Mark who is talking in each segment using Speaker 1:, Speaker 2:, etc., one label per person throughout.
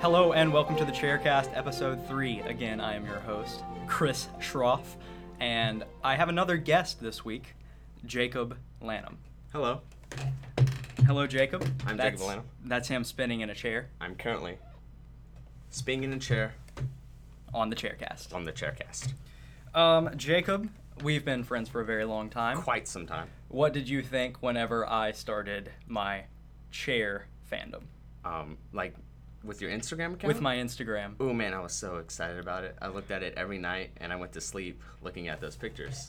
Speaker 1: Hello and welcome to the Chaircast episode 3. Again, I am your host, Chris Schroff, and I have another guest this week, Jacob Lanham.
Speaker 2: Hello.
Speaker 1: Hello, Jacob.
Speaker 2: I'm Jacob
Speaker 1: That's-
Speaker 2: Lanham.
Speaker 1: That's him spinning in a chair
Speaker 2: I'm currently spinning in a chair
Speaker 1: on the Chaircast.
Speaker 2: on the chaircast.
Speaker 1: Um, Jacob, we've been friends for a very long time.
Speaker 2: Quite some time.
Speaker 1: What did you think whenever I started my chair fandom
Speaker 2: Um, like with your Instagram account?
Speaker 1: with my Instagram?
Speaker 2: Oh man, I was so excited about it. I looked at it every night and I went to sleep looking at those pictures.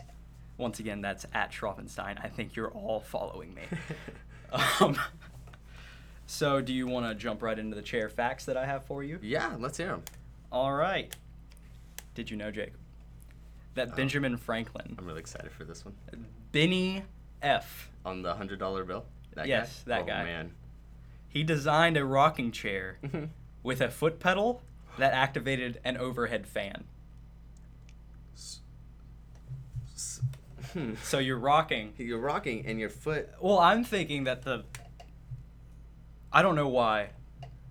Speaker 1: Once again, that's at Schroffenstein. I think you're all following me.
Speaker 2: Uh,
Speaker 1: um, so, do you want to jump right into the chair facts that I have for you?
Speaker 2: yeah, let's hear them.
Speaker 1: All right. Did you know, Jake, that
Speaker 2: Oh.
Speaker 1: Benjamin Franklin,
Speaker 2: I'm really excited for this one.
Speaker 1: Benny F,
Speaker 2: On the hundred dollar bill. That
Speaker 1: Yes,
Speaker 2: guy?
Speaker 1: that
Speaker 2: oh,
Speaker 1: guy.
Speaker 2: man.
Speaker 1: he designed a rocking chair with a foot pedal that activated an overhead fan.
Speaker 2: S- hmm.
Speaker 1: So you're rocking.
Speaker 2: You're rocking and your foot.
Speaker 1: Well, I'm thinking that the. I don't know why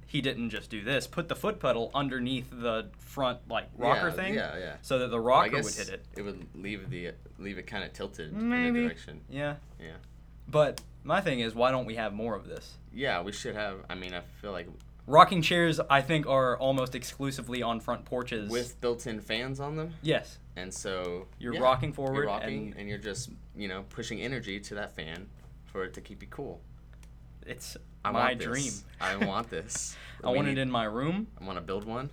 Speaker 1: he didn't just do this. Put the foot pedal underneath the front like rocker
Speaker 2: Yeah,
Speaker 1: thing.
Speaker 2: yeah, yeah.
Speaker 1: So that the
Speaker 2: I
Speaker 1: rocker would
Speaker 2: guess
Speaker 1: hit it.
Speaker 2: It would leave the leave it kind of tilted in
Speaker 1: Maybe.
Speaker 2: the direction.
Speaker 1: Yeah.
Speaker 2: Yeah.
Speaker 1: But my thing is, why don't we have more of this?
Speaker 2: Yeah, we should have. I mean, I feel like
Speaker 1: Rocking chairs, I think, are almost exclusively on front porches.
Speaker 2: with built-in fans on them,
Speaker 1: yes,
Speaker 2: and so
Speaker 1: You're
Speaker 2: yeah,
Speaker 1: rocking forward
Speaker 2: You're rocking,
Speaker 1: and-
Speaker 2: and, you're just you know pushing energy to that fan for it to keep you cool.
Speaker 1: it's
Speaker 2: I
Speaker 1: my
Speaker 2: want this.
Speaker 1: dream.
Speaker 2: I want this.
Speaker 1: I want it in my room,
Speaker 2: I want to build one.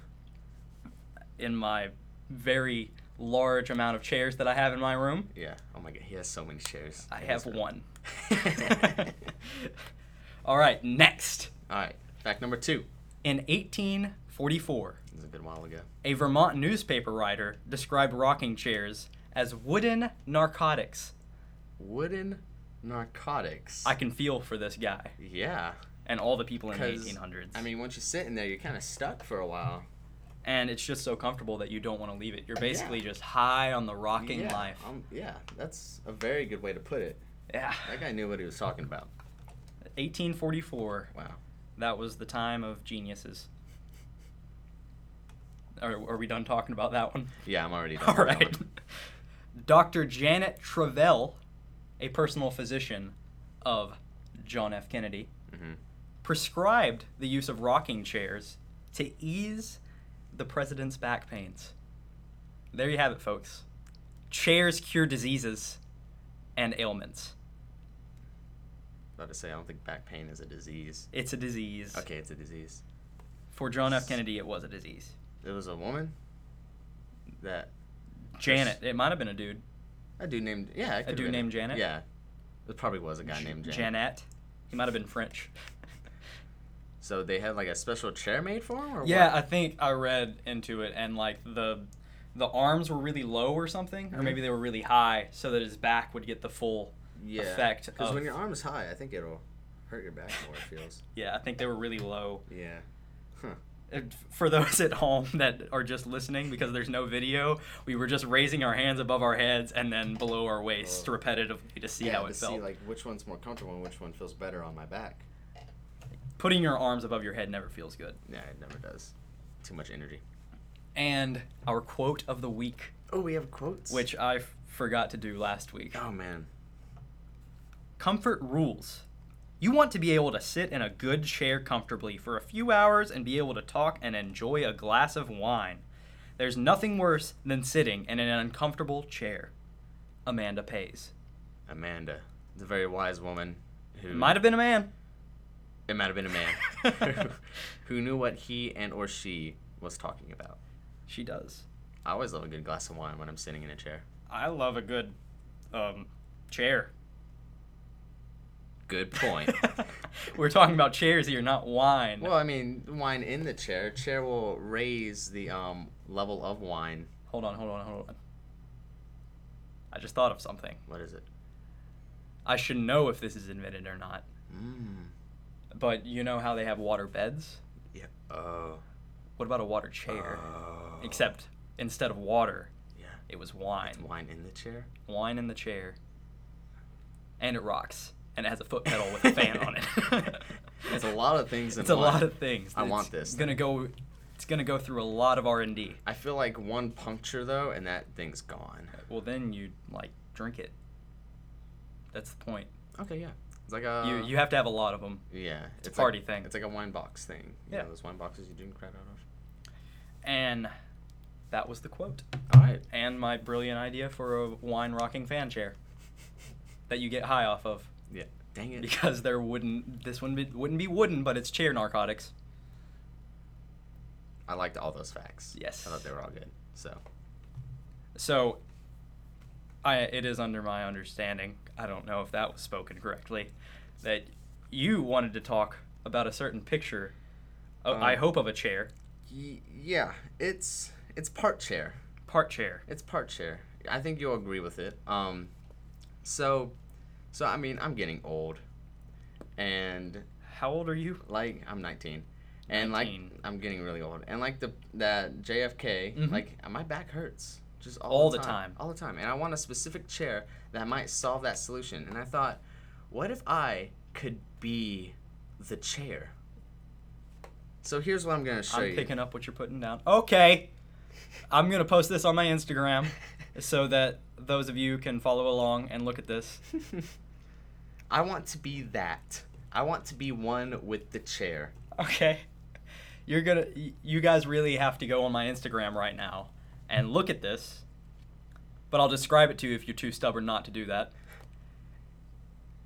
Speaker 1: in my very large amount of chairs that I have in my room.
Speaker 2: Yeah. Oh my god, he has so many chairs.
Speaker 1: I
Speaker 2: in
Speaker 1: have
Speaker 2: his room.
Speaker 1: one. All right, next.
Speaker 2: All right. Fact number two.
Speaker 1: In 1844,
Speaker 2: This is a good while ago.
Speaker 1: a Vermont newspaper writer described rocking chairs as wooden narcotics.
Speaker 2: Wooden narcotics.
Speaker 1: I can feel for this guy
Speaker 2: Yeah.
Speaker 1: and all the people in the
Speaker 2: 'cause,
Speaker 1: 1800s.
Speaker 2: I mean, once you sit in there, you're kind of stuck for a while.
Speaker 1: and it's just so comfortable that you don't want to leave it. You're basically just high on the rocking
Speaker 2: yeah,
Speaker 1: life.
Speaker 2: Um, yeah, that's a very good way to put it.
Speaker 1: yeah.
Speaker 2: That guy knew what he was talking about.
Speaker 1: 1844.
Speaker 2: Wow.
Speaker 1: That was the time of geniuses. Are, are we done talking about that one?
Speaker 2: Yeah, I'm already done.
Speaker 1: All
Speaker 2: with that
Speaker 1: right.
Speaker 2: one.
Speaker 1: Dr. Janet Travell, a personal physician of John F. Kennedy,
Speaker 2: Mhm.
Speaker 1: prescribed the use of rocking chairs to ease the president's back pains. There you have it, folks. Chairs cure diseases and ailments.
Speaker 2: About to say, I don't think back pain is a disease.
Speaker 1: It's a disease.
Speaker 2: Okay, it's a disease.
Speaker 1: For John F. Kennedy, it was a disease.
Speaker 2: There was a woman that
Speaker 1: Janet, it might have been a dude.
Speaker 2: a dude named yeah it could've
Speaker 1: dude
Speaker 2: been
Speaker 1: named Janet?
Speaker 2: Yeah, there probably was a guy named Janet.
Speaker 1: Janet. He might have been French.
Speaker 2: So they had like a special chair made for him, or
Speaker 1: Yeah,
Speaker 2: what?
Speaker 1: I think I read into it, and like the the arms were really low or something,
Speaker 2: Mm-hmm.
Speaker 1: or maybe they were really high, so that his back would get the full
Speaker 2: yeah.
Speaker 1: effect
Speaker 2: Because
Speaker 1: of-
Speaker 2: when your arm is high, I think it'll hurt your back more. It feels.
Speaker 1: Yeah, I think they were really low.
Speaker 2: Yeah. Huh.
Speaker 1: And For those at home that are just listening, because there's no video, we were just raising our hands above our heads and then below our waists
Speaker 2: Oh.
Speaker 1: repetitively to see
Speaker 2: yeah,
Speaker 1: how
Speaker 2: to
Speaker 1: it felt.
Speaker 2: see like which one's more comfortable and which one feels better on my back.
Speaker 1: Putting your arms above your head never feels good.
Speaker 2: Yeah, it never does. Too much energy.
Speaker 1: And our quote of the week,
Speaker 2: Oh, we have quotes.
Speaker 1: which I f- forgot to do last week.
Speaker 2: Oh man.
Speaker 1: Comfort rules. You want to be able to sit in a good chair comfortably for a few hours and be able to talk and enjoy a glass of wine. There's nothing worse than sitting in an uncomfortable chair. Amanda Pays.
Speaker 2: Amanda, the very wise woman who
Speaker 1: Might have been a man.
Speaker 2: It might have been a man who knew what he and or she was talking about.
Speaker 1: She does.
Speaker 2: I always love a good glass of wine when I'm sitting in a chair.
Speaker 1: I love a good um, chair.
Speaker 2: Good point.
Speaker 1: We're talking about chairs here, not wine.
Speaker 2: well, I mean, wine in the chair. Chair will raise the um, level of wine.
Speaker 1: Hold on, hold on, hold on. I just thought of something.
Speaker 2: What is it?
Speaker 1: I should know if this is invented or not.
Speaker 2: Mm.
Speaker 1: But you know how they have water beds?
Speaker 2: Yeah. Oh.
Speaker 1: What about a water chair?
Speaker 2: Oh.
Speaker 1: Except instead of water,
Speaker 2: Yeah.
Speaker 1: it was wine.
Speaker 2: Wine in the chair.
Speaker 1: Wine in the chair. And it rocks. and it has a foot pedal with a fan on it.
Speaker 2: It's a lot of things in
Speaker 1: It's a
Speaker 2: one.
Speaker 1: lot of things.
Speaker 2: I want
Speaker 1: It's
Speaker 2: this
Speaker 1: Gonna go. It's gonna go through a lot of R and D.
Speaker 2: I feel like one puncture though, and that thing's gone.
Speaker 1: Well, then you like drink it. That's the point.
Speaker 2: Okay, yeah. It's like a
Speaker 1: you you have to have a lot of them.
Speaker 2: yeah. It's,
Speaker 1: a party
Speaker 2: like,
Speaker 1: thing.
Speaker 2: It's like a wine box thing. You
Speaker 1: Yeah.
Speaker 2: know those wine boxes you drink crap out of.
Speaker 1: And that was the quote.
Speaker 2: All right.
Speaker 1: And my brilliant idea for a wine rocking fan chair that you get high off of
Speaker 2: Yeah. Dang it.
Speaker 1: because there wouldn't this one be, wouldn't be wooden, but it's chair narcotics.
Speaker 2: I liked all those facts.
Speaker 1: Yes.
Speaker 2: I thought they were all good. So
Speaker 1: So I it is under my understanding. I don't know if that was spoken correctly that you wanted to talk about a certain picture. Of, I
Speaker 2: Um,
Speaker 1: hope of a chair,
Speaker 2: y- yeah, it's it's part chair.
Speaker 1: part chair.
Speaker 2: It's part chair. I think you'll agree with it. Um, so, so I mean, I'm getting old, and
Speaker 1: How old are you?
Speaker 2: like I'm 19, and
Speaker 1: 19.
Speaker 2: like I'm getting really old, and like the that JFK,
Speaker 1: Mhm.
Speaker 2: like my back hurts just all,
Speaker 1: All
Speaker 2: the,
Speaker 1: the
Speaker 2: time,
Speaker 1: time.
Speaker 2: all the time, and I want a specific chair that might solve that solution. And I thought, what if I could be the chair? So here's what I'm gonna show
Speaker 1: I'm
Speaker 2: you.
Speaker 1: picking up what you're putting down. Okay. I'm going to post this on my Instagram so that those of you can follow along and look at this.
Speaker 2: I want to be that. I want to be one with the chair.
Speaker 1: Okay. You're going to you guys really have to go on my Instagram right now and look at this. But I'll describe it to you if you're too stubborn not to do that.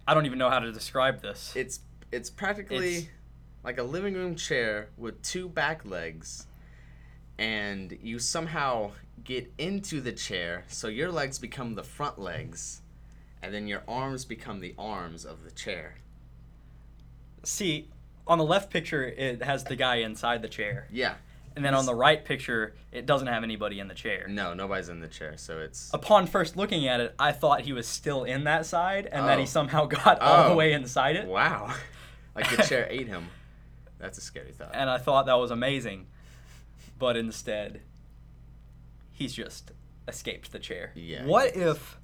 Speaker 1: I don't even know how to describe this.
Speaker 2: It's it's practically
Speaker 1: It's-
Speaker 2: like a living room chair with two back legs and you somehow get into the chair so your legs become the front legs and then your arms become the arms of the chair.
Speaker 1: See, on the left picture it has the guy inside the chair.
Speaker 2: Yeah.
Speaker 1: And then on the right picture it doesn't have anybody in the chair.
Speaker 2: No, nobody's in the chair, so it's
Speaker 1: upon first looking at it, I thought he was still in that side and that he
Speaker 2: Oh.
Speaker 1: somehow got all the
Speaker 2: Oh.
Speaker 1: way inside it.
Speaker 2: wow. like the chair ate him. That's a scary thought.
Speaker 1: And I thought that was amazing. But instead, he's just escaped the chair.
Speaker 2: Yeah, he
Speaker 1: What if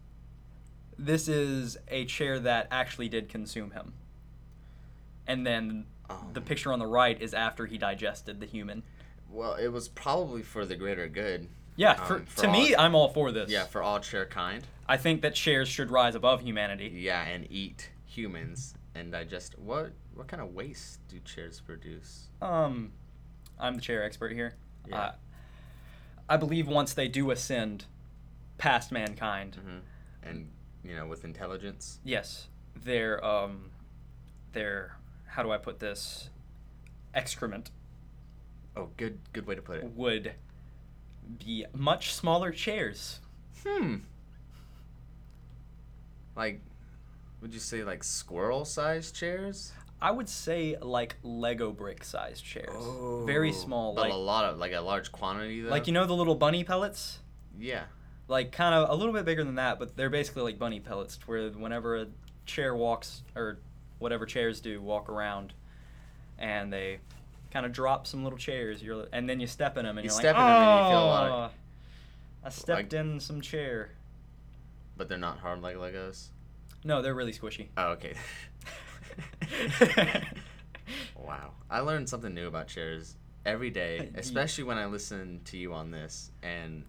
Speaker 1: this is a chair that actually did consume him? And then the
Speaker 2: Um.
Speaker 1: picture on the right is after he digested the human.
Speaker 2: Well, it was probably for the greater good.
Speaker 1: Yeah, for,
Speaker 2: Um, for
Speaker 1: to
Speaker 2: all-
Speaker 1: me, I'm all for this.
Speaker 2: Yeah, for all chair kind.
Speaker 1: I think that chairs should rise above humanity.
Speaker 2: Yeah, and eat humans and digest. What what kind of waste do chairs produce?
Speaker 1: Um, I'm the chair expert here.
Speaker 2: Yeah.
Speaker 1: Uh, I believe once they do ascend past mankind,
Speaker 2: hmm And you know, with intelligence.
Speaker 1: yes, their um, their how do I put this, excrement
Speaker 2: Oh, good good way to put it.
Speaker 1: would be much smaller chairs.
Speaker 2: Hmm. Like, would you say like squirrel sized chairs?
Speaker 1: I would say like Lego brick sized chairs, very small,
Speaker 2: but
Speaker 1: like
Speaker 2: a lot of Oh. like a large quantity though.
Speaker 1: like you know the little bunny pellets.
Speaker 2: Yeah.
Speaker 1: like kind of a little bit bigger than that, but they're basically like bunny pellets, where whenever a chair walks or whatever chairs do walk around, and they kind of drop some little chairs. You're and then you step in them, and
Speaker 2: You
Speaker 1: are
Speaker 2: step in
Speaker 1: like,
Speaker 2: 'em and you feel
Speaker 1: oh,
Speaker 2: like-
Speaker 1: I stepped
Speaker 2: like-
Speaker 1: in some chair.
Speaker 2: But they're not hard like Legos.
Speaker 1: No, they're really squishy.
Speaker 2: Oh, okay. Wow. I learned something new about chairs every
Speaker 1: Uh,
Speaker 2: day,
Speaker 1: ye-
Speaker 2: especially when I listen to you on this. And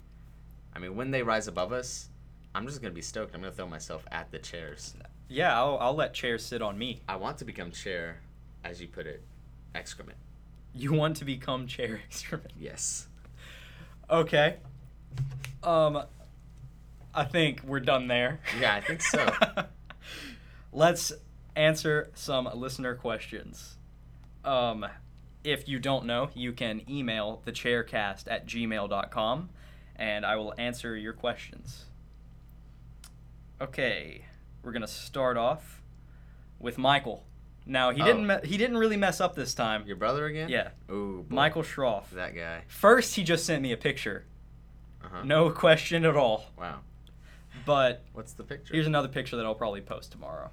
Speaker 2: I mean, when they rise above us, I'm just going to be stoked. I'm going to throw myself at the chairs.
Speaker 1: yeah, I'll, I'll let chairs sit on me.
Speaker 2: I want to become chair, as you put it, excrement.
Speaker 1: You want to become chair excrement.
Speaker 2: Yes.
Speaker 1: Okay. Um, I think we're done there.
Speaker 2: Yeah, I think so.
Speaker 1: Let's answer some listener questions. Um, if you don't know, you can email thechaircast at gmail.com and I will answer your questions. Okay, we're gonna start off with Michael. Now he
Speaker 2: Oh.
Speaker 1: didn't me- he didn't really mess up this time.
Speaker 2: Your brother again?
Speaker 1: Yeah,
Speaker 2: Ooh, boy.
Speaker 1: Michael Schroff.
Speaker 2: That guy.
Speaker 1: First, he just sent me a picture.
Speaker 2: Uh-huh.
Speaker 1: No question at all.
Speaker 2: Wow.
Speaker 1: But
Speaker 2: What's the picture?
Speaker 1: here's another picture that I'll probably post tomorrow.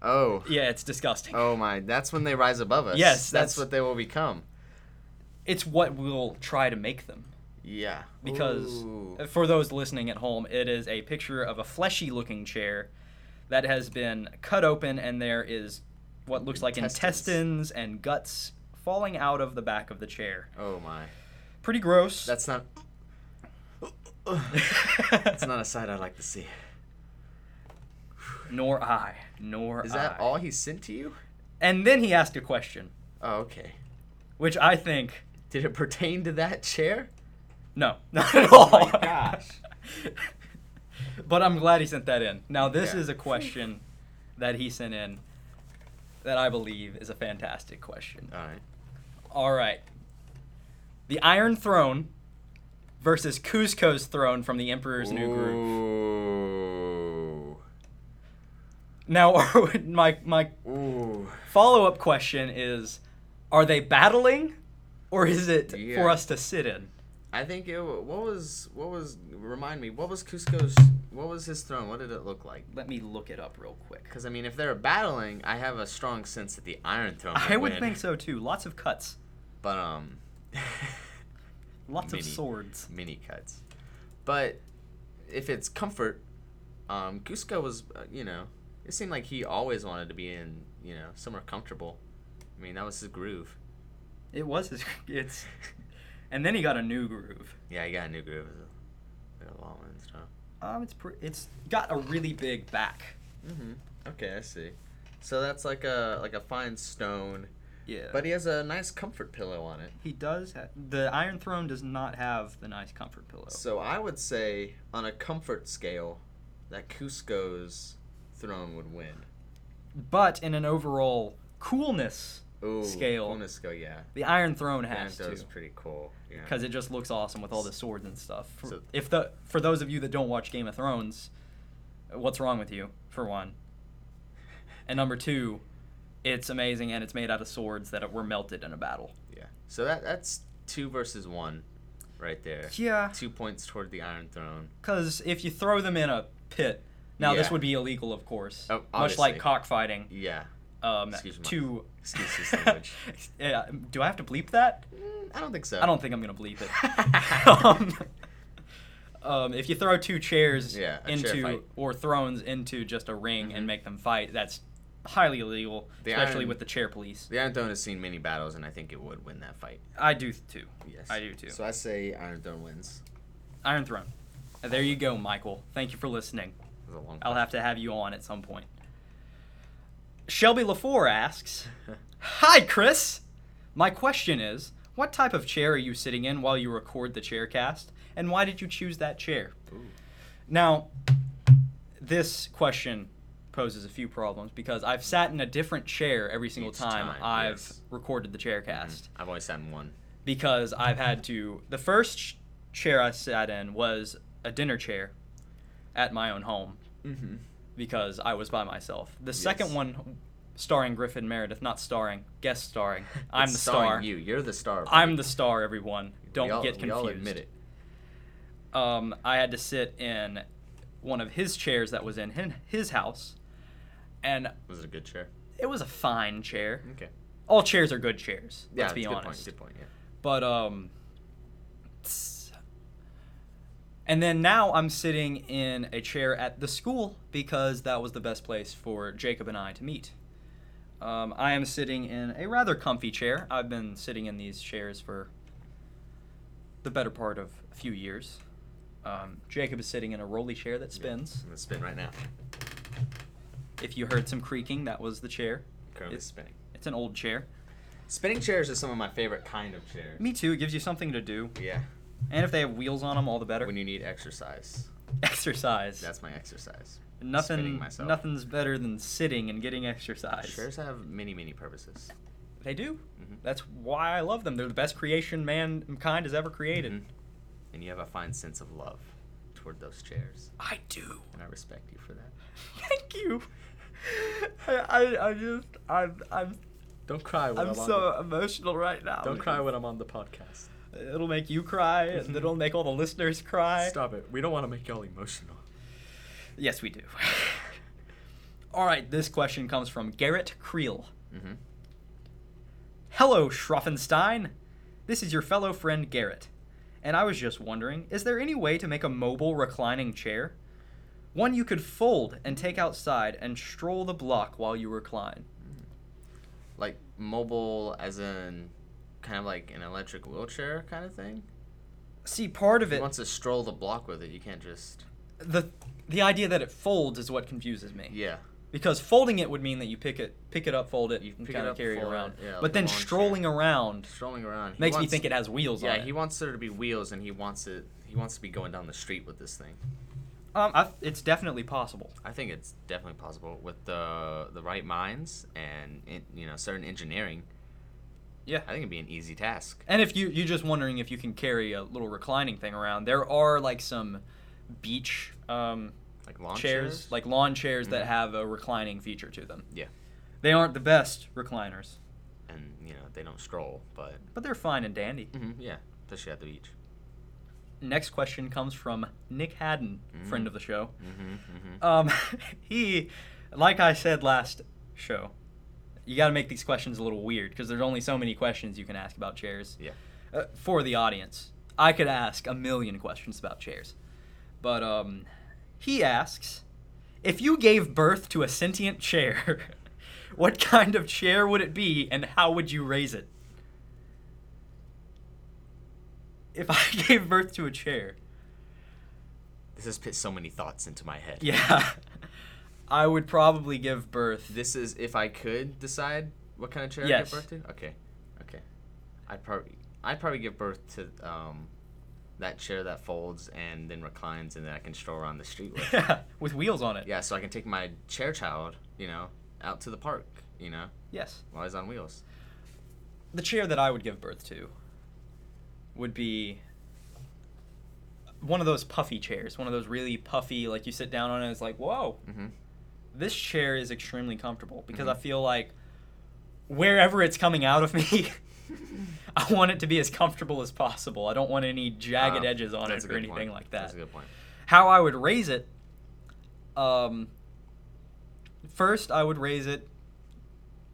Speaker 2: oh.
Speaker 1: Yeah, it's disgusting.
Speaker 2: Oh my, that's when they rise above us.
Speaker 1: Yes,
Speaker 2: that's,
Speaker 1: that's-
Speaker 2: what they will become.
Speaker 1: It's what we'll try to make them.
Speaker 2: Yeah.
Speaker 1: Because
Speaker 2: Ooh.
Speaker 1: for those listening at home, it is a picture of a fleshy looking chair that has been cut open, and there is what looks like
Speaker 2: Intestines.
Speaker 1: intestines and guts falling out of the back of the chair.
Speaker 2: Oh my.
Speaker 1: Pretty gross.
Speaker 2: That's not. That's not a sight I like to see.
Speaker 1: nor I. Nor
Speaker 2: Is that
Speaker 1: I.
Speaker 2: all he sent to you?
Speaker 1: And then he asked a question,
Speaker 2: Oh, okay.
Speaker 1: which I think
Speaker 2: Did it pertain to that chair?
Speaker 1: no, Oh not at all.
Speaker 2: my gosh.
Speaker 1: but I'm glad he sent that in. Now this
Speaker 2: Yeah.
Speaker 1: is a question that he sent in that I believe is a fantastic question.
Speaker 2: All right.
Speaker 1: All right. The Iron Throne versus Cusco's throne from the Emperor's New Groove.
Speaker 2: Ooh.
Speaker 1: Now, my my
Speaker 2: Ooh.
Speaker 1: follow-up question is are they battling or is it
Speaker 2: Yeah.
Speaker 1: for us to sit in?
Speaker 2: I think it. wa- What was? What was? Remind me. What was Cusco's? What was his throne? What did it look like?
Speaker 1: Let me look it up real quick.
Speaker 2: Because I mean, if they're battling, I have a strong sense that the Iron Throne.
Speaker 1: I would
Speaker 2: win.
Speaker 1: think so too. Lots of cuts,
Speaker 2: But um,
Speaker 1: lots
Speaker 2: Mini.
Speaker 1: of swords.
Speaker 2: mini cuts. But if it's comfort, um, Cusco was. Uh, you know, it seemed like he always wanted to be in. You know, somewhere comfortable. I mean, that was his groove.
Speaker 1: It was his, it's and then he got a new groove.
Speaker 2: Yeah, he got a new groove. It was a- a long one, so.
Speaker 1: Um it's pre- it's got a really big back.
Speaker 2: hmm Okay, I see. So that's like a like a fine stone,
Speaker 1: Yeah.
Speaker 2: but he has a nice comfort pillow on it.
Speaker 1: he does ha- the Iron Throne does not have the nice comfort pillow.
Speaker 2: So I would say on a comfort scale, that Cusco's throne would win.
Speaker 1: But in an overall coolness,
Speaker 2: Ooh,
Speaker 1: Scale.
Speaker 2: On a scale, yeah.
Speaker 1: the Iron Throne has
Speaker 2: Banto's
Speaker 1: to
Speaker 2: pretty cool. Yeah.
Speaker 1: because it just looks awesome with all the swords and stuff. For,
Speaker 2: So-
Speaker 1: if the for those of you that don't watch Game of Thrones, what's wrong with you? For one, and number two, it's amazing and it's made out of swords that were melted in a battle.
Speaker 2: yeah. So that that's two versus one, right there.
Speaker 1: Yeah,
Speaker 2: Two points toward the Iron Throne.
Speaker 1: because if you throw them in a pit, now this
Speaker 2: Yeah.
Speaker 1: would be illegal, of course,
Speaker 2: Oh,
Speaker 1: much
Speaker 2: obviously.
Speaker 1: like cockfighting.
Speaker 2: Yeah.
Speaker 1: Um,
Speaker 2: Excuse my-
Speaker 1: to
Speaker 2: excuse this language.
Speaker 1: yeah, do I have to bleep that?
Speaker 2: Mm, I don't think so.
Speaker 1: I don't think I'm gonna bleep it. um, um, if you throw two chairs
Speaker 2: Yeah, a chair
Speaker 1: into
Speaker 2: fight. Mm-hmm.
Speaker 1: or thrones into just a ring and make them fight, that's highly illegal,
Speaker 2: The
Speaker 1: especially
Speaker 2: iron-
Speaker 1: with the chair police.
Speaker 2: The Iron Throne has seen many battles, and I think it would win that fight.
Speaker 1: I do too.
Speaker 2: Yes.
Speaker 1: I do too.
Speaker 2: So I say Iron Throne wins.
Speaker 1: Iron Throne. And There you go, Michael. Thank you for listening.
Speaker 2: That was a long
Speaker 1: I'll have to have you on at some point. Shelby LaFour asks, "Hi, Chris. My question is, what type of chair are you sitting in while you record the chair cast, and why did you choose that chair?"
Speaker 2: Ooh.
Speaker 1: Now, this question poses a few problems because I've sat in a different chair every single
Speaker 2: Each
Speaker 1: time,
Speaker 2: time,
Speaker 1: I've
Speaker 2: yes. Mm-hmm.
Speaker 1: recorded the chair cast
Speaker 2: I've always had one.
Speaker 1: because I've had to. The first ch- chair I sat in was a dinner chair at my own home
Speaker 2: Mm-hmm.
Speaker 1: because I was by myself. The
Speaker 2: Yes.
Speaker 1: second one, starring Griffin Meredith, not starring, guest starring. I'm the star.
Speaker 2: You, you're the star.
Speaker 1: I'm the star. Everyone, don't
Speaker 2: we all,
Speaker 1: get confused.
Speaker 2: We all admit it.
Speaker 1: um, I had to sit in one of his chairs that was in hin- his house, and
Speaker 2: Was it a good chair?
Speaker 1: it was a fine chair.
Speaker 2: Okay.
Speaker 1: All chairs are good chairs.
Speaker 2: Mm-hmm. Yeah,
Speaker 1: let's be
Speaker 2: that's a good
Speaker 1: honest.
Speaker 2: Point, good point.
Speaker 1: But um, s- and then now I'm sitting in a chair at the school because that was the best place for Jacob and I to meet. Um, I am sitting in a rather comfy chair. I've been sitting in these chairs for the better part of a few years. Um, Jacob is sitting in a rolly chair that
Speaker 2: Yeah.
Speaker 1: spins.
Speaker 2: I'm gonna spin right now.
Speaker 1: If you heard some creaking, that was the chair.
Speaker 2: Currently
Speaker 1: It's-
Speaker 2: spinning.
Speaker 1: It's an old chair.
Speaker 2: Spinning chairs are some of my favorite kind of chairs.
Speaker 1: Me too. It gives you something to do.
Speaker 2: Yeah.
Speaker 1: And if they have wheels on them, all the better.
Speaker 2: When you need exercise,
Speaker 1: Exercise.
Speaker 2: that's my exercise. spinning
Speaker 1: Nothing.
Speaker 2: myself.
Speaker 1: Nothing's better than sitting and getting exercise.
Speaker 2: Chairs have many, many purposes.
Speaker 1: They do.
Speaker 2: Mhm.
Speaker 1: That's why I love them. They're the best creation mankind has ever created.
Speaker 2: Mhm. And you have a fine sense of love toward those chairs,
Speaker 1: I do.
Speaker 2: and I respect you for that.
Speaker 1: Thank you. I, I, I just I'm I'm
Speaker 2: Don't cry. When
Speaker 1: I'm so emotional right now.
Speaker 2: Don't cry when I'm on the podcast.
Speaker 1: It'll make you cry, and it'll make all the listeners cry.
Speaker 2: Stop it. We don't want to make y'all emotional.
Speaker 1: Yes, we do. all right. This question comes from Garrett Creel.
Speaker 2: Mm-hmm.
Speaker 1: Hello, Schroffenstein. This is your fellow friend Garrett. And I was just wondering, is there any way to make a mobile reclining chair? One you could fold and take outside and stroll the block while you recline.
Speaker 2: Like mobile, as in kind of like an electric wheelchair kind of thing.
Speaker 1: See, part of
Speaker 2: If
Speaker 1: it,
Speaker 2: you want to stroll the block with it, you can't just.
Speaker 1: the the idea that it folds is what confuses me.
Speaker 2: Yeah.
Speaker 1: Because folding it would mean that you pick it, pick it up, fold it,
Speaker 2: You
Speaker 1: and
Speaker 2: pick it
Speaker 1: kind of
Speaker 2: up,
Speaker 1: carry it
Speaker 2: fold it,
Speaker 1: around.
Speaker 2: yeah, like
Speaker 1: but
Speaker 2: a
Speaker 1: then
Speaker 2: lawn chair.
Speaker 1: strolling around
Speaker 2: Strolling around. He
Speaker 1: makes me
Speaker 2: wants-
Speaker 1: think it has wheels on
Speaker 2: Yeah,
Speaker 1: it.
Speaker 2: he wants there to be wheels, and he wants it. He wants to be going down the street with this thing.
Speaker 1: um, I, it's definitely possible.
Speaker 2: I think it's definitely possible with the the right minds and in, you know certain engineering.
Speaker 1: Yeah.
Speaker 2: I think it'd be an easy task.
Speaker 1: And if you you're just wondering if you can carry a little reclining thing around, there are like some beach um,
Speaker 2: Like lawn
Speaker 1: chairs,
Speaker 2: chairs,
Speaker 1: like lawn chairs that
Speaker 2: Mhm.
Speaker 1: have a reclining feature to them.
Speaker 2: Yeah.
Speaker 1: They aren't the best recliners,
Speaker 2: and you know they don't stroll, but
Speaker 1: but they're fine and dandy.
Speaker 2: yeah, especially at the beach.
Speaker 1: Next question comes from Nick Hadden,
Speaker 2: Mm.
Speaker 1: friend of the show.
Speaker 2: Mm-hmm, mm-hmm.
Speaker 1: Um, he, like I said last show, you got to make these questions a little weird because there's only so many questions you can ask about chairs.
Speaker 2: Yeah.
Speaker 1: Uh, for the audience, I could ask a million questions about chairs. But um, he asks if you gave birth to a sentient chair, what kind of chair would it be and how would you raise it? If I gave birth to a chair,
Speaker 2: This has put so many thoughts into my head.
Speaker 1: yeah, I would probably give birth.
Speaker 2: This is if I could decide what kind of chair
Speaker 1: Yes.
Speaker 2: I give birth to. Okay. Okay. I'd probably I'd probably give birth to um, that chair that folds and then reclines and then I can stroll around the street with.
Speaker 1: Yeah, with wheels on it.
Speaker 2: yeah, so I can take my chair child, you know, out to the park, you know,
Speaker 1: Yes.
Speaker 2: while he's on wheels.
Speaker 1: The chair that I would give birth to would be one of those puffy chairs, one of those really puffy, like you sit down on it, it's like, whoa,
Speaker 2: Mm-hmm.
Speaker 1: this chair is extremely comfortable because
Speaker 2: Mhm.
Speaker 1: I feel like wherever it's coming out of me, I want it to be as comfortable as possible. I don't want any
Speaker 2: Ah,
Speaker 1: jagged edges on it or anything like that.
Speaker 2: That's a good point.
Speaker 1: how I would raise it. Um, first, I would raise it.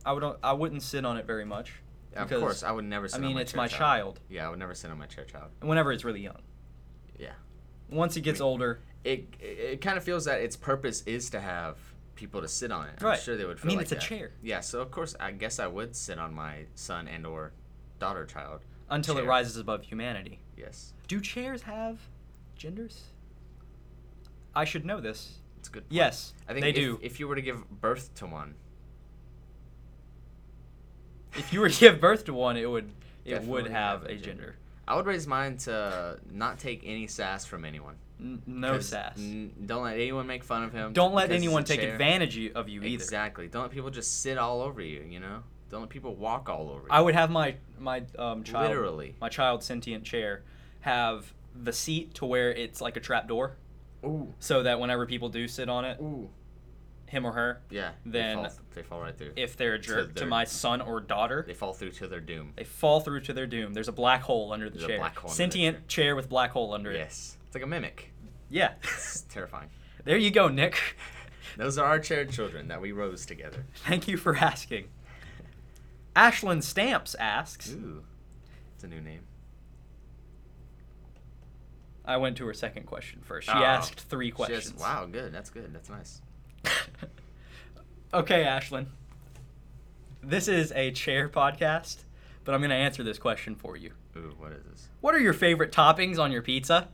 Speaker 1: I would I wouldn't sit on it very much.
Speaker 2: Yeah, of
Speaker 1: because,
Speaker 2: course, I would never. Sit
Speaker 1: I
Speaker 2: on
Speaker 1: mean,
Speaker 2: my
Speaker 1: it's
Speaker 2: chair
Speaker 1: my child.
Speaker 2: Yeah, I would never sit on my chair child.
Speaker 1: Whenever it's really young.
Speaker 2: Yeah.
Speaker 1: Once it gets
Speaker 2: mean-
Speaker 1: older,
Speaker 2: It it, it kind of feels that its purpose is to have people to sit on it. I'm
Speaker 1: Right.
Speaker 2: sure they would
Speaker 1: I
Speaker 2: feel
Speaker 1: mean,
Speaker 2: like
Speaker 1: it's a
Speaker 2: that.
Speaker 1: chair.
Speaker 2: Yeah, so of course I guess I would sit on my son and or daughter child.
Speaker 1: until it
Speaker 2: chair.
Speaker 1: rises above humanity.
Speaker 2: Yes.
Speaker 1: Do chairs have genders? I should know this.
Speaker 2: It's a good point.
Speaker 1: Yes,
Speaker 2: I think
Speaker 1: they
Speaker 2: if,
Speaker 1: do.
Speaker 2: if you were to give birth to one,
Speaker 1: If you were to give birth to one, it would it would
Speaker 2: Definitely
Speaker 1: have a gender.
Speaker 2: I would raise mine to not take any sass from anyone.
Speaker 1: N- no
Speaker 2: 'Cause
Speaker 1: sass.
Speaker 2: n- don't let anyone make fun of him.
Speaker 1: Don't let
Speaker 2: because he's
Speaker 1: anyone
Speaker 2: a
Speaker 1: take
Speaker 2: chair.
Speaker 1: advantage y- of you either.
Speaker 2: Exactly. Don't let people just sit all over you. You know. Don't let people walk all over you.
Speaker 1: I would have my my um, child
Speaker 2: Literally.
Speaker 1: my child sentient chair have the seat to where it's like a trap door,
Speaker 2: Ooh.
Speaker 1: so that whenever people do sit on it,
Speaker 2: Oough.
Speaker 1: him or her,
Speaker 2: Yeah.
Speaker 1: Then-
Speaker 2: they fall, they fall right through.
Speaker 1: if they're a
Speaker 2: To
Speaker 1: jerk to,
Speaker 2: their-
Speaker 1: my son or daughter,
Speaker 2: they fall through to their doom.
Speaker 1: they fall through to their doom. There's a black hole under the
Speaker 2: There's a
Speaker 1: chair.
Speaker 2: black hole under the
Speaker 1: sentient
Speaker 2: chair.
Speaker 1: chair with black hole under it.
Speaker 2: Yes. It's like a mimic.
Speaker 1: Yeah.
Speaker 2: It's terrifying.
Speaker 1: there you go, Nick.
Speaker 2: Those are our chair children that we rose together.
Speaker 1: Thank you for asking. Ashland Stamps asks.
Speaker 2: Ooh. It's a new name.
Speaker 1: I went to her second question first. She
Speaker 2: Oh.
Speaker 1: asked three
Speaker 2: She
Speaker 1: questions.
Speaker 2: has- wow. Good. That's good. That's nice.
Speaker 1: okay, Ashlyn. This is a chair podcast, but I'm going to answer this question for you.
Speaker 2: Ooh. What is this?
Speaker 1: What are your favorite toppings on your pizza?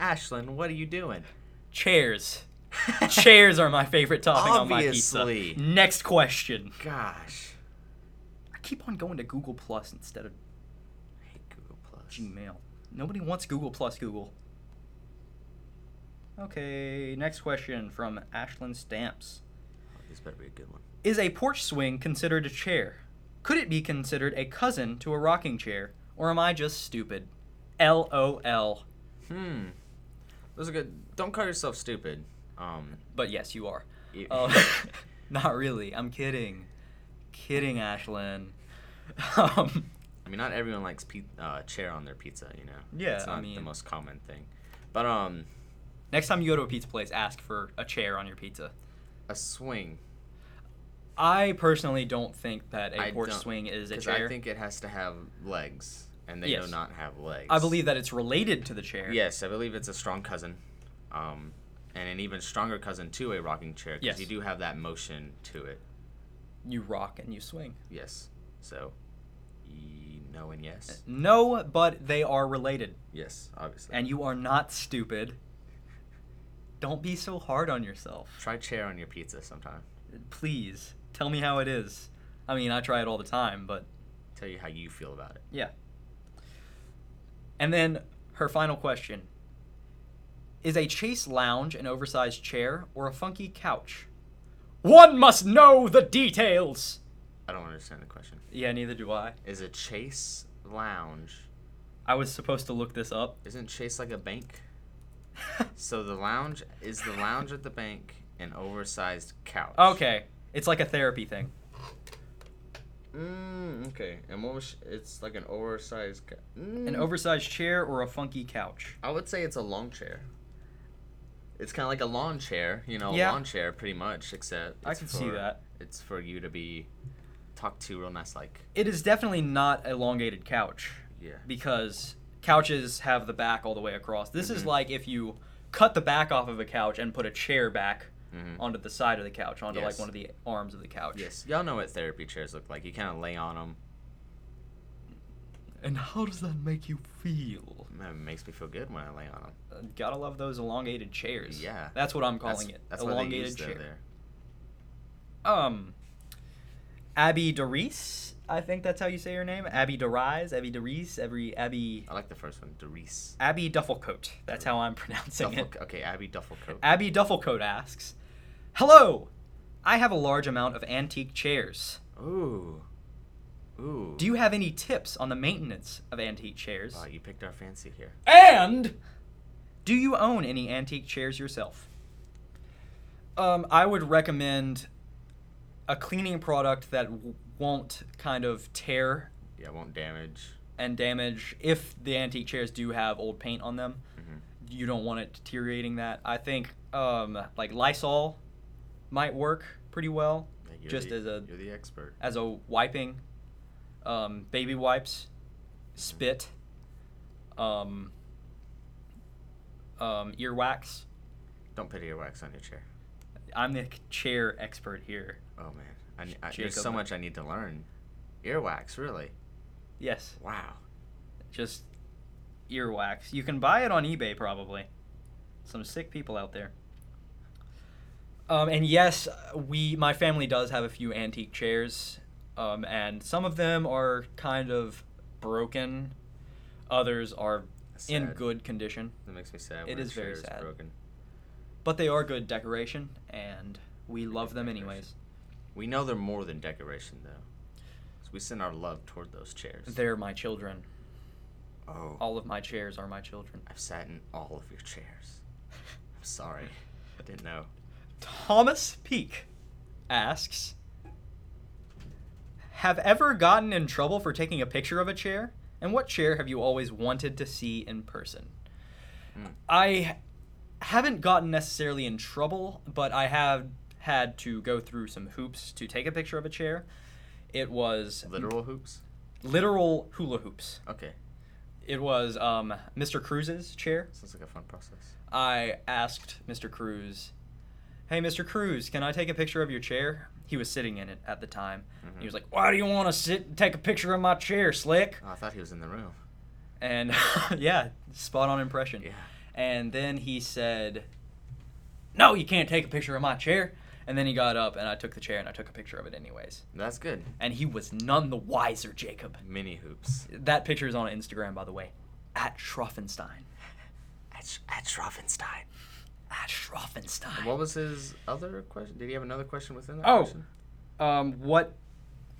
Speaker 2: Ashlyn, what are you doing?
Speaker 1: Chairs. Chairs are my favorite topping on my
Speaker 2: Obviously.
Speaker 1: pizza. Next question.
Speaker 2: Gosh.
Speaker 1: I keep on going to Google Plus instead of
Speaker 2: I hate Google Plus.
Speaker 1: Gmail. Nobody wants Google Plus Google. Okay, next question from Ashlyn Stamps.
Speaker 2: Oh, this better be a good one.
Speaker 1: Is a porch swing considered a chair? Could it be considered a cousin to a rocking chair? Or am I just stupid? LOL.
Speaker 2: Hmm. Those are good. Don't call yourself stupid. Um.
Speaker 1: But yes, you are.
Speaker 2: you-
Speaker 1: Um, not really. I'm kidding. Kidding, Ashlyn. Um,
Speaker 2: I mean, not everyone likes pe- uh, chair on their pizza, you know.
Speaker 1: Yeah,
Speaker 2: it's
Speaker 1: I
Speaker 2: not the
Speaker 1: mean-
Speaker 2: most common thing. But um,
Speaker 1: next time you go to a pizza place, ask for a chair on your pizza.
Speaker 2: a swing.
Speaker 1: I personally don't think that a
Speaker 2: I
Speaker 1: porch
Speaker 2: don't-
Speaker 1: swing is a
Speaker 2: 'cause
Speaker 1: chair.
Speaker 2: I think it has to have legs, and they
Speaker 1: Yes.
Speaker 2: do not have legs.
Speaker 1: I believe that it's related to the chair.
Speaker 2: Yes, I believe it's a strong cousin. Um, and an even stronger cousin to a rocking chair because
Speaker 1: Yes.
Speaker 2: you do have that motion to it.
Speaker 1: You rock and you swing.
Speaker 2: Yes. So, y- no and yes.
Speaker 1: No, but they are related.
Speaker 2: Yes, obviously.
Speaker 1: Uh, And you are not stupid. Don't be so hard on yourself.
Speaker 2: try chair on your pizza sometime.
Speaker 1: Please, tell me how it is. I mean, I try it all the time, but
Speaker 2: Tell you how you feel about it.
Speaker 1: yeah. And then her final question Is a chase lounge an oversized chair or a funky couch? One must know the details!
Speaker 2: I don't understand the question.
Speaker 1: Yeah, neither do I.
Speaker 2: Is a Chase lounge?
Speaker 1: I was supposed to look this up.
Speaker 2: Isn't Chase like a bank? So the lounge is the lounge at the bank, an oversized couch.
Speaker 1: okay, it's like a therapy thing.
Speaker 2: Mm, okay. And what was it's like an oversized? Ca- mm.
Speaker 1: An oversized chair or a funky couch?
Speaker 2: I would say it's a long chair. It's kind of like a lawn chair, you know, a
Speaker 1: Yeah.
Speaker 2: lawn chair pretty much, except
Speaker 1: I
Speaker 2: it's
Speaker 1: can see
Speaker 2: for-
Speaker 1: that.
Speaker 2: It's for you to be talked to real nice, like
Speaker 1: It is definitely not elongated couch
Speaker 2: yeah.
Speaker 1: because couches have the back all the way across. This is
Speaker 2: Mhm.
Speaker 1: like if you cut the back off of a couch and put a chair back
Speaker 2: Mhm.
Speaker 1: onto the side of the couch, onto
Speaker 2: Yes.
Speaker 1: like one of the arms of the couch.
Speaker 2: Yes, y'all know what therapy chairs look like. You kind of lay on them.
Speaker 1: And how does that make you feel?
Speaker 2: It makes me feel good when I lay on them.
Speaker 1: Uh, gotta love those elongated chairs.
Speaker 2: Yeah.
Speaker 1: That's what I'm calling
Speaker 2: that's,
Speaker 1: it.
Speaker 2: That's why they
Speaker 1: elongated
Speaker 2: use them
Speaker 1: chair.
Speaker 2: there.
Speaker 1: Um, Abby Doris, I think that's how you say her name. Abby Doris, Abby Doris, every Abby
Speaker 2: I like the first one, Doris.
Speaker 1: Abby Duffelcoat. That's how I'm pronouncing
Speaker 2: Duffel,
Speaker 1: it.
Speaker 2: okay, Abby Duffelcoat.
Speaker 1: Abby Duffelcoat asks, "Hello, I have a large amount of antique chairs.
Speaker 2: Ooh, ooh.
Speaker 1: Do you have any tips on the maintenance of antique chairs?
Speaker 2: Wow, you picked our fancy here.
Speaker 1: And do you own any antique chairs yourself? Um, I would recommend a cleaning product that w- won't kind of tear
Speaker 2: Yeah, it won't damage.
Speaker 1: and damage if the antique chairs do have old paint on them.
Speaker 2: Mhm.
Speaker 1: You don't want it deteriorating that. I think um, like Lysol might work pretty well
Speaker 2: Yeah, you're
Speaker 1: Just
Speaker 2: the-
Speaker 1: as a-
Speaker 2: you're the expert.
Speaker 1: as a wiping, um, baby wipes, spit, um, um, earwax.
Speaker 2: Don't put earwax on your chair.
Speaker 1: I'm the chair expert here.
Speaker 2: Oh man, I, ne- I, there's
Speaker 1: Jacob.
Speaker 2: so much I need to learn. Earwax, really?
Speaker 1: Yes,
Speaker 2: Wow.
Speaker 1: just earwax. You can buy it on eBay probably. Some sick people out there. Um, and yes, we my family does have a few antique chairs, um, and some of them are kind of broken. Others are
Speaker 2: That's
Speaker 1: in
Speaker 2: sad.
Speaker 1: good condition,
Speaker 2: That makes me sad.
Speaker 1: It
Speaker 2: when a
Speaker 1: is very
Speaker 2: chair
Speaker 1: sad.
Speaker 2: Broken.
Speaker 1: but they are good decoration, and we
Speaker 2: Good
Speaker 1: love them
Speaker 2: decoration.
Speaker 1: anyways.
Speaker 2: We know they're more than decoration, though. So we send our love toward those chairs.
Speaker 1: They're my children.
Speaker 2: oh,
Speaker 1: All of my chairs are my children.
Speaker 2: I've sat in all of your chairs. I'm sorry, I didn't know.
Speaker 1: Thomas Peak asks Have ever gotten in trouble for taking a picture of a chair? And what chair have you always wanted to see in person?
Speaker 2: Hmm.
Speaker 1: I haven't gotten necessarily in trouble, but I have had to go through some hoops to take a picture of a chair. It was
Speaker 2: Literal hoops.
Speaker 1: literal hula hoops.
Speaker 2: Okay,
Speaker 1: It was um, Mr. Cruz's chair.
Speaker 2: sounds like a fun process.
Speaker 1: I asked Mr. Cruz, "Hey, Mr. Cruz, can I take a picture of your chair?" He was sitting in it at the time.
Speaker 2: Mm-hmm.
Speaker 1: He was like, "Why do you want to sit and take a picture of my chair, slick?"
Speaker 2: Oh, I thought he was in the room.
Speaker 1: And yeah, spot on impression.
Speaker 2: Yeah.
Speaker 1: And then he said, "No, you can't take a picture of my chair." And then he got up and I took the chair and I took a picture of it anyways.
Speaker 2: That's good.
Speaker 1: And he was none the wiser, Jacob.
Speaker 2: Mini hoops.
Speaker 1: That picture is on Instagram, by the way, at Schroffenstein.
Speaker 2: At, Sch- at Schroffenstein.
Speaker 1: At Schroffenstein.
Speaker 2: What was his other question? Did he have another question within that
Speaker 1: Oh,
Speaker 2: question?
Speaker 1: um, what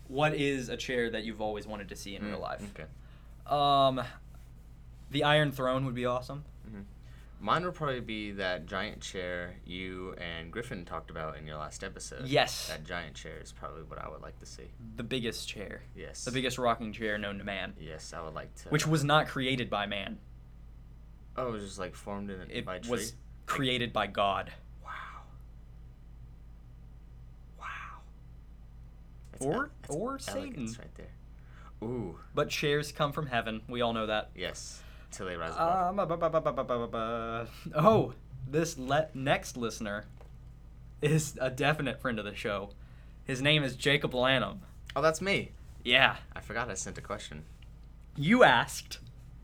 Speaker 1: what is a chair that you've always wanted to see in real life?
Speaker 2: Mm, Okay.
Speaker 1: Um, the Iron Throne would be awesome.
Speaker 2: Mine would probably be that giant chair you and Griffin talked about in your last episode.
Speaker 1: Yes.
Speaker 2: That giant chair is probably what I would like to see.
Speaker 1: The biggest chair,
Speaker 2: Yes.
Speaker 1: the biggest rocking chair known to man,
Speaker 2: Yes, I would like to.
Speaker 1: which was not created by man.
Speaker 2: Oh, it was just like formed in a
Speaker 1: It
Speaker 2: by a tree.
Speaker 1: was created by God
Speaker 2: Wow. Wow. That's
Speaker 1: or
Speaker 2: el- that's
Speaker 1: or
Speaker 2: elegance
Speaker 1: Satan.
Speaker 2: right there. Ooh.
Speaker 1: But chairs come from heaven. We all know that. Uh,
Speaker 2: Yes. Till they rise above.
Speaker 1: Um, ba- ba- ba- ba- ba- ba- ba- ba- oh, This le- next listener is a definite friend of the show. His name is Jacob Lanham.
Speaker 2: Oh, that's me.
Speaker 1: Yeah.
Speaker 2: I forgot I sent a question.
Speaker 1: You asked.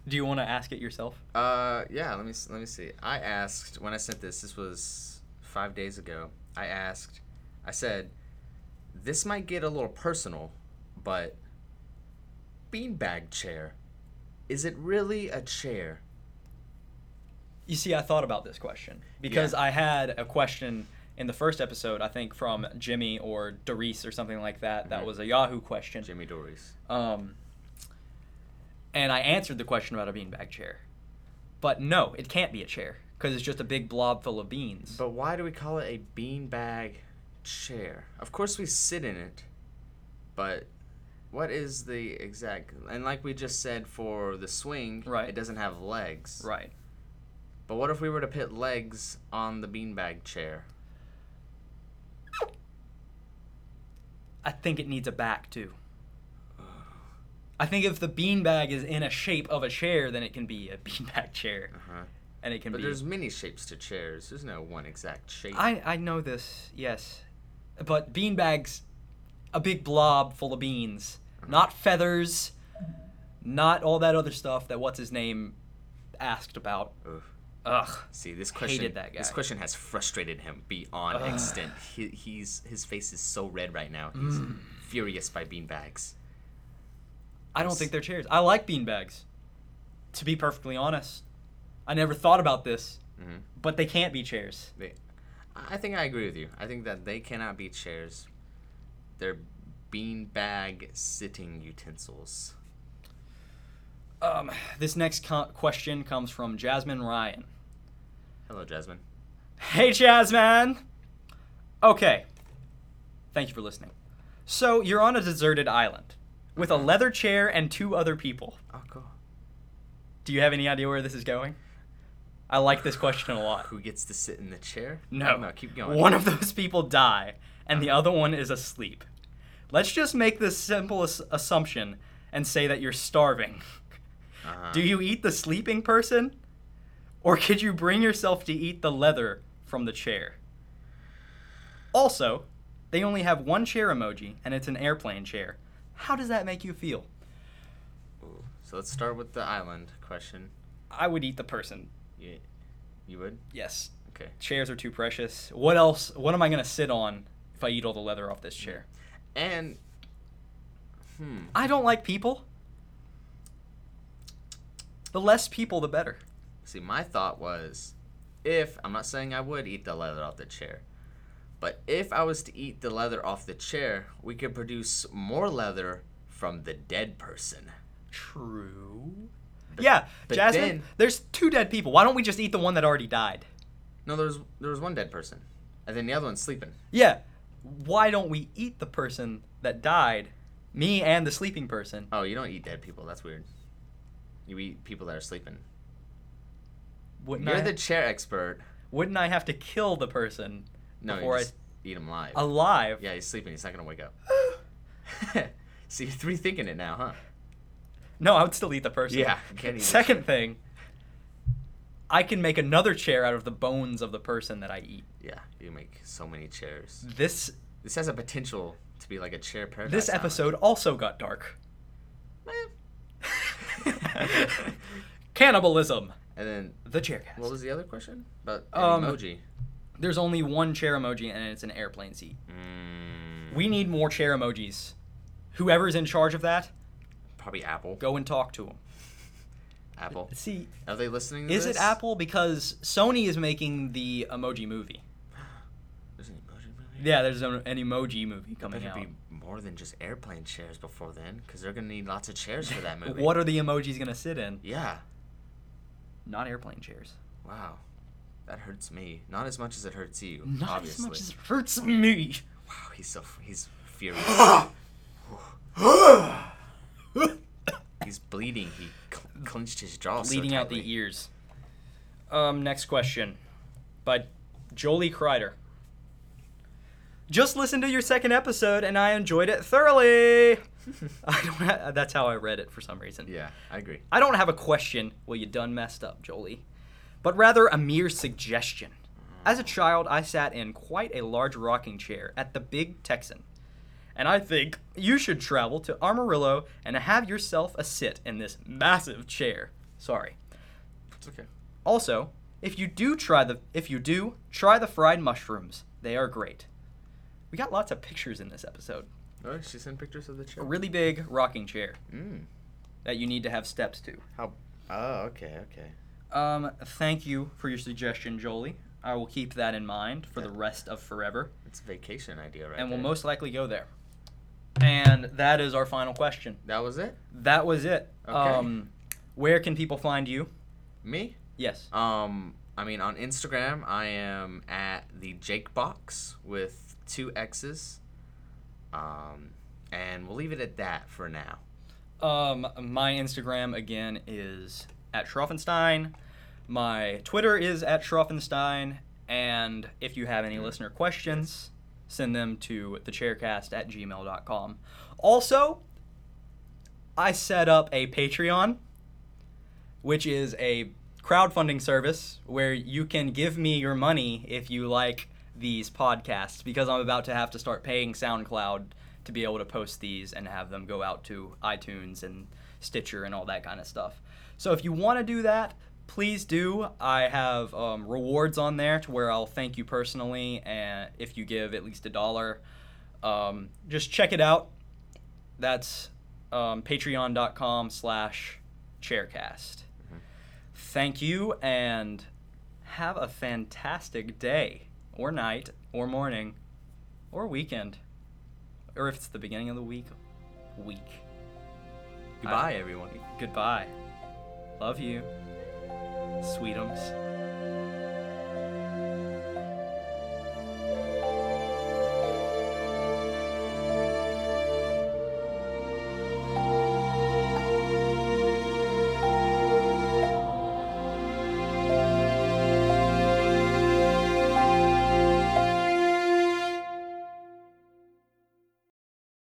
Speaker 1: Do you want to ask it yourself?
Speaker 2: Uh, yeah. Let me s- let me see. I asked when I sent this. This was five days ago. I asked. I said, "This might get a little personal, but beanbag chair, is it really a chair?"
Speaker 1: You see, I thought about this question because I had a question in the first episode, I think, from Jimmy or Doris or something like that. That
Speaker 2: Mhm.
Speaker 1: was a Yahoo question.
Speaker 2: Jimmy Doris.
Speaker 1: Um, and I answered the question about a beanbag chair. But no, it can't be a chair because it's just a big blob full of beans.
Speaker 2: But why do we call it a beanbag chair? Of course, we sit in it, but what is the exact? And like we just said for the swing,
Speaker 1: Right.
Speaker 2: it doesn't have legs.
Speaker 1: right.
Speaker 2: But what if we were to put legs on the beanbag chair?
Speaker 1: I think it needs a back too. I think if the beanbag is in a shape of a chair, then it can be a beanbag chair,
Speaker 2: Uh-huh.
Speaker 1: and it can
Speaker 2: But
Speaker 1: be.
Speaker 2: there's many shapes to chairs. There's no one exact shape.
Speaker 1: I I know this, yes, but beanbags, a big blob full of beans, not feathers, not all that other stuff that what's his name asked about.
Speaker 2: Ugh.
Speaker 1: Ugh.
Speaker 2: See, this question
Speaker 1: Hated that
Speaker 2: this
Speaker 1: guy.
Speaker 2: question has frustrated him beyond
Speaker 1: Ugh.
Speaker 2: extent. He, he's his face is so red right now. He's
Speaker 1: Mm.
Speaker 2: furious by beanbags.
Speaker 1: I don't
Speaker 2: Yes.
Speaker 1: think they're chairs. I like beanbags. To be perfectly honest, I never thought about this,
Speaker 2: Mhm.
Speaker 1: but they can't be chairs.
Speaker 2: They, I think I agree with you. I think that they cannot be chairs. They're beanbag sitting utensils.
Speaker 1: Um, this next co- question comes from Jasmine Ryan.
Speaker 2: Hello, Jasmine.
Speaker 1: Hey, Jasmine! Okay. Thank you for listening. So, you're on a deserted island with a leather chair and two other people.
Speaker 2: Oh, cool.
Speaker 1: Do you have any idea where this is going? I like this question a lot.
Speaker 2: Who gets to sit in the chair?
Speaker 1: No.
Speaker 2: No, keep going. Uh-huh.
Speaker 1: One of those people die, and the other one is asleep. Let's just make this simple as- assumption and say that you're starving.
Speaker 2: Uh-huh.
Speaker 1: Do you eat the sleeping person? Or could you bring yourself to eat the leather from the chair? Also, they only have one chair emoji, and it's an airplane chair. How does that make you feel?
Speaker 2: Ooh. So let's start with the island question.
Speaker 1: I would eat the person.
Speaker 2: You, you would?
Speaker 1: Yes.
Speaker 2: Okay.
Speaker 1: Chairs are too precious. What else? What am I going to sit on if I eat all the leather off this chair?
Speaker 2: And, hmm.
Speaker 1: I don't like people. The less people, the better.
Speaker 2: See, my thought was if, I'm not saying I would eat the leather off the chair, but if I was to eat the leather off the chair, we could produce more leather from the dead person.
Speaker 1: True. yeah,
Speaker 2: but
Speaker 1: Jasmine,
Speaker 2: then-
Speaker 1: there's two dead people. Why don't we just eat the one that already died?
Speaker 2: No, there was, there was one dead person, and then the other one's sleeping.
Speaker 1: Yeah. Why don't we eat the person that died, me and the sleeping person?
Speaker 2: Oh, you don't eat dead people. That's weird. You eat people that are sleeping.
Speaker 1: Wouldn't,
Speaker 2: You're
Speaker 1: I,
Speaker 2: the chair expert.
Speaker 1: wouldn't I have to kill the person
Speaker 2: No,
Speaker 1: before I
Speaker 2: you just eat them live.
Speaker 1: alive?
Speaker 2: Yeah, he's sleeping. He's not going to wake up. See, you're three thinking it now, huh?
Speaker 1: No, I would still eat the person.
Speaker 2: Yeah, can't eat the
Speaker 1: Second thing, I can make another chair out of the bones of the person that I eat.
Speaker 2: Yeah, you make so many chairs.
Speaker 1: This
Speaker 2: This has a potential to be like a chair paradise.
Speaker 1: this
Speaker 2: island.
Speaker 1: episode also got dark.
Speaker 2: and
Speaker 1: Cannibalism.
Speaker 2: Eh. then
Speaker 1: The chaircast.
Speaker 2: what was the other question about an
Speaker 1: Um,
Speaker 2: emoji?
Speaker 1: There's only one chair emoji and it's an airplane seat.
Speaker 2: Mm,
Speaker 1: We need more chair emojis. Whoever's in charge of that,
Speaker 2: probably Apple.
Speaker 1: go and talk to them.
Speaker 2: Apple.
Speaker 1: See,
Speaker 2: Are they listening? To
Speaker 1: is
Speaker 2: this?
Speaker 1: it Apple? Because Sony is making the emoji movie.
Speaker 2: There's an emoji movie.
Speaker 1: Yeah, there's an, an emoji movie coming
Speaker 2: Better
Speaker 1: out.
Speaker 2: be more than just airplane chairs before then, because they're gonna need lots of chairs for that movie.
Speaker 1: What are the emojis gonna sit in?
Speaker 2: Yeah.
Speaker 1: Not airplane chairs.
Speaker 2: Wow. That hurts me. Not as much as it hurts you.
Speaker 1: Not
Speaker 2: obviously.
Speaker 1: as much as it hurts me.
Speaker 2: Wow. He's so f- he's furious. he's bleeding. He cl- clenched his jaw. so
Speaker 1: Leading out
Speaker 2: tightly.
Speaker 1: the ears. Um, next question by Jolie Kreider. Just listened to your second episode and I enjoyed it thoroughly. I don't. Ha- that's how I read it for some reason.
Speaker 2: Yeah, I agree.
Speaker 1: I don't have a question. Well, you done messed up, Jolie. but rather a mere suggestion. As a child, I sat in quite a large rocking chair at the Big Texan, and I think you should travel to Amarillo and have yourself a sit in this massive chair. Sorry.
Speaker 2: It's okay.
Speaker 1: Also, if you do try the if you do try the fried mushrooms, they are great. We got lots of pictures in this episode.
Speaker 2: Oh, she sent pictures of the chair.
Speaker 1: A really big rocking chair
Speaker 2: Mm.
Speaker 1: that you need to have steps to.
Speaker 2: How? Oh, okay, okay.
Speaker 1: Um, thank you for your suggestion, Jolie. I will keep that in mind for the rest of forever,
Speaker 2: It's a vacation idea, right?
Speaker 1: and we'll
Speaker 2: there.
Speaker 1: most likely go there. And that is our final question.
Speaker 2: That was it.
Speaker 1: That was it.
Speaker 2: Okay.
Speaker 1: Um, where can people find you?
Speaker 2: Me.
Speaker 1: Yes.
Speaker 2: Um, I mean, on Instagram, I am at the Jake Box with two X's. Um, and we'll leave it at that for now.
Speaker 1: Um, my Instagram again is at Schroffenstein. My Twitter is at Schroffenstein. And if you have any listener questions, send them to thechaircast at gmail.com. Also, I set up a Patreon, which is a crowdfunding service where you can give me your money if you like these podcasts because I'm about to have to start paying SoundCloud to be able to post these and have them go out to iTunes and Stitcher and all that kind of stuff. So if you want to do that, please do. I have um, rewards on there to where I'll thank you personally and if you give at least a dollar. Um, just check it out. That's um, patreon.com slash chaircast. Thank you and have a fantastic day or night or morning or weekend. Or if it's the beginning of the week, week.
Speaker 2: Goodbye, everyone.
Speaker 1: Goodbye. Love you. Sweetums.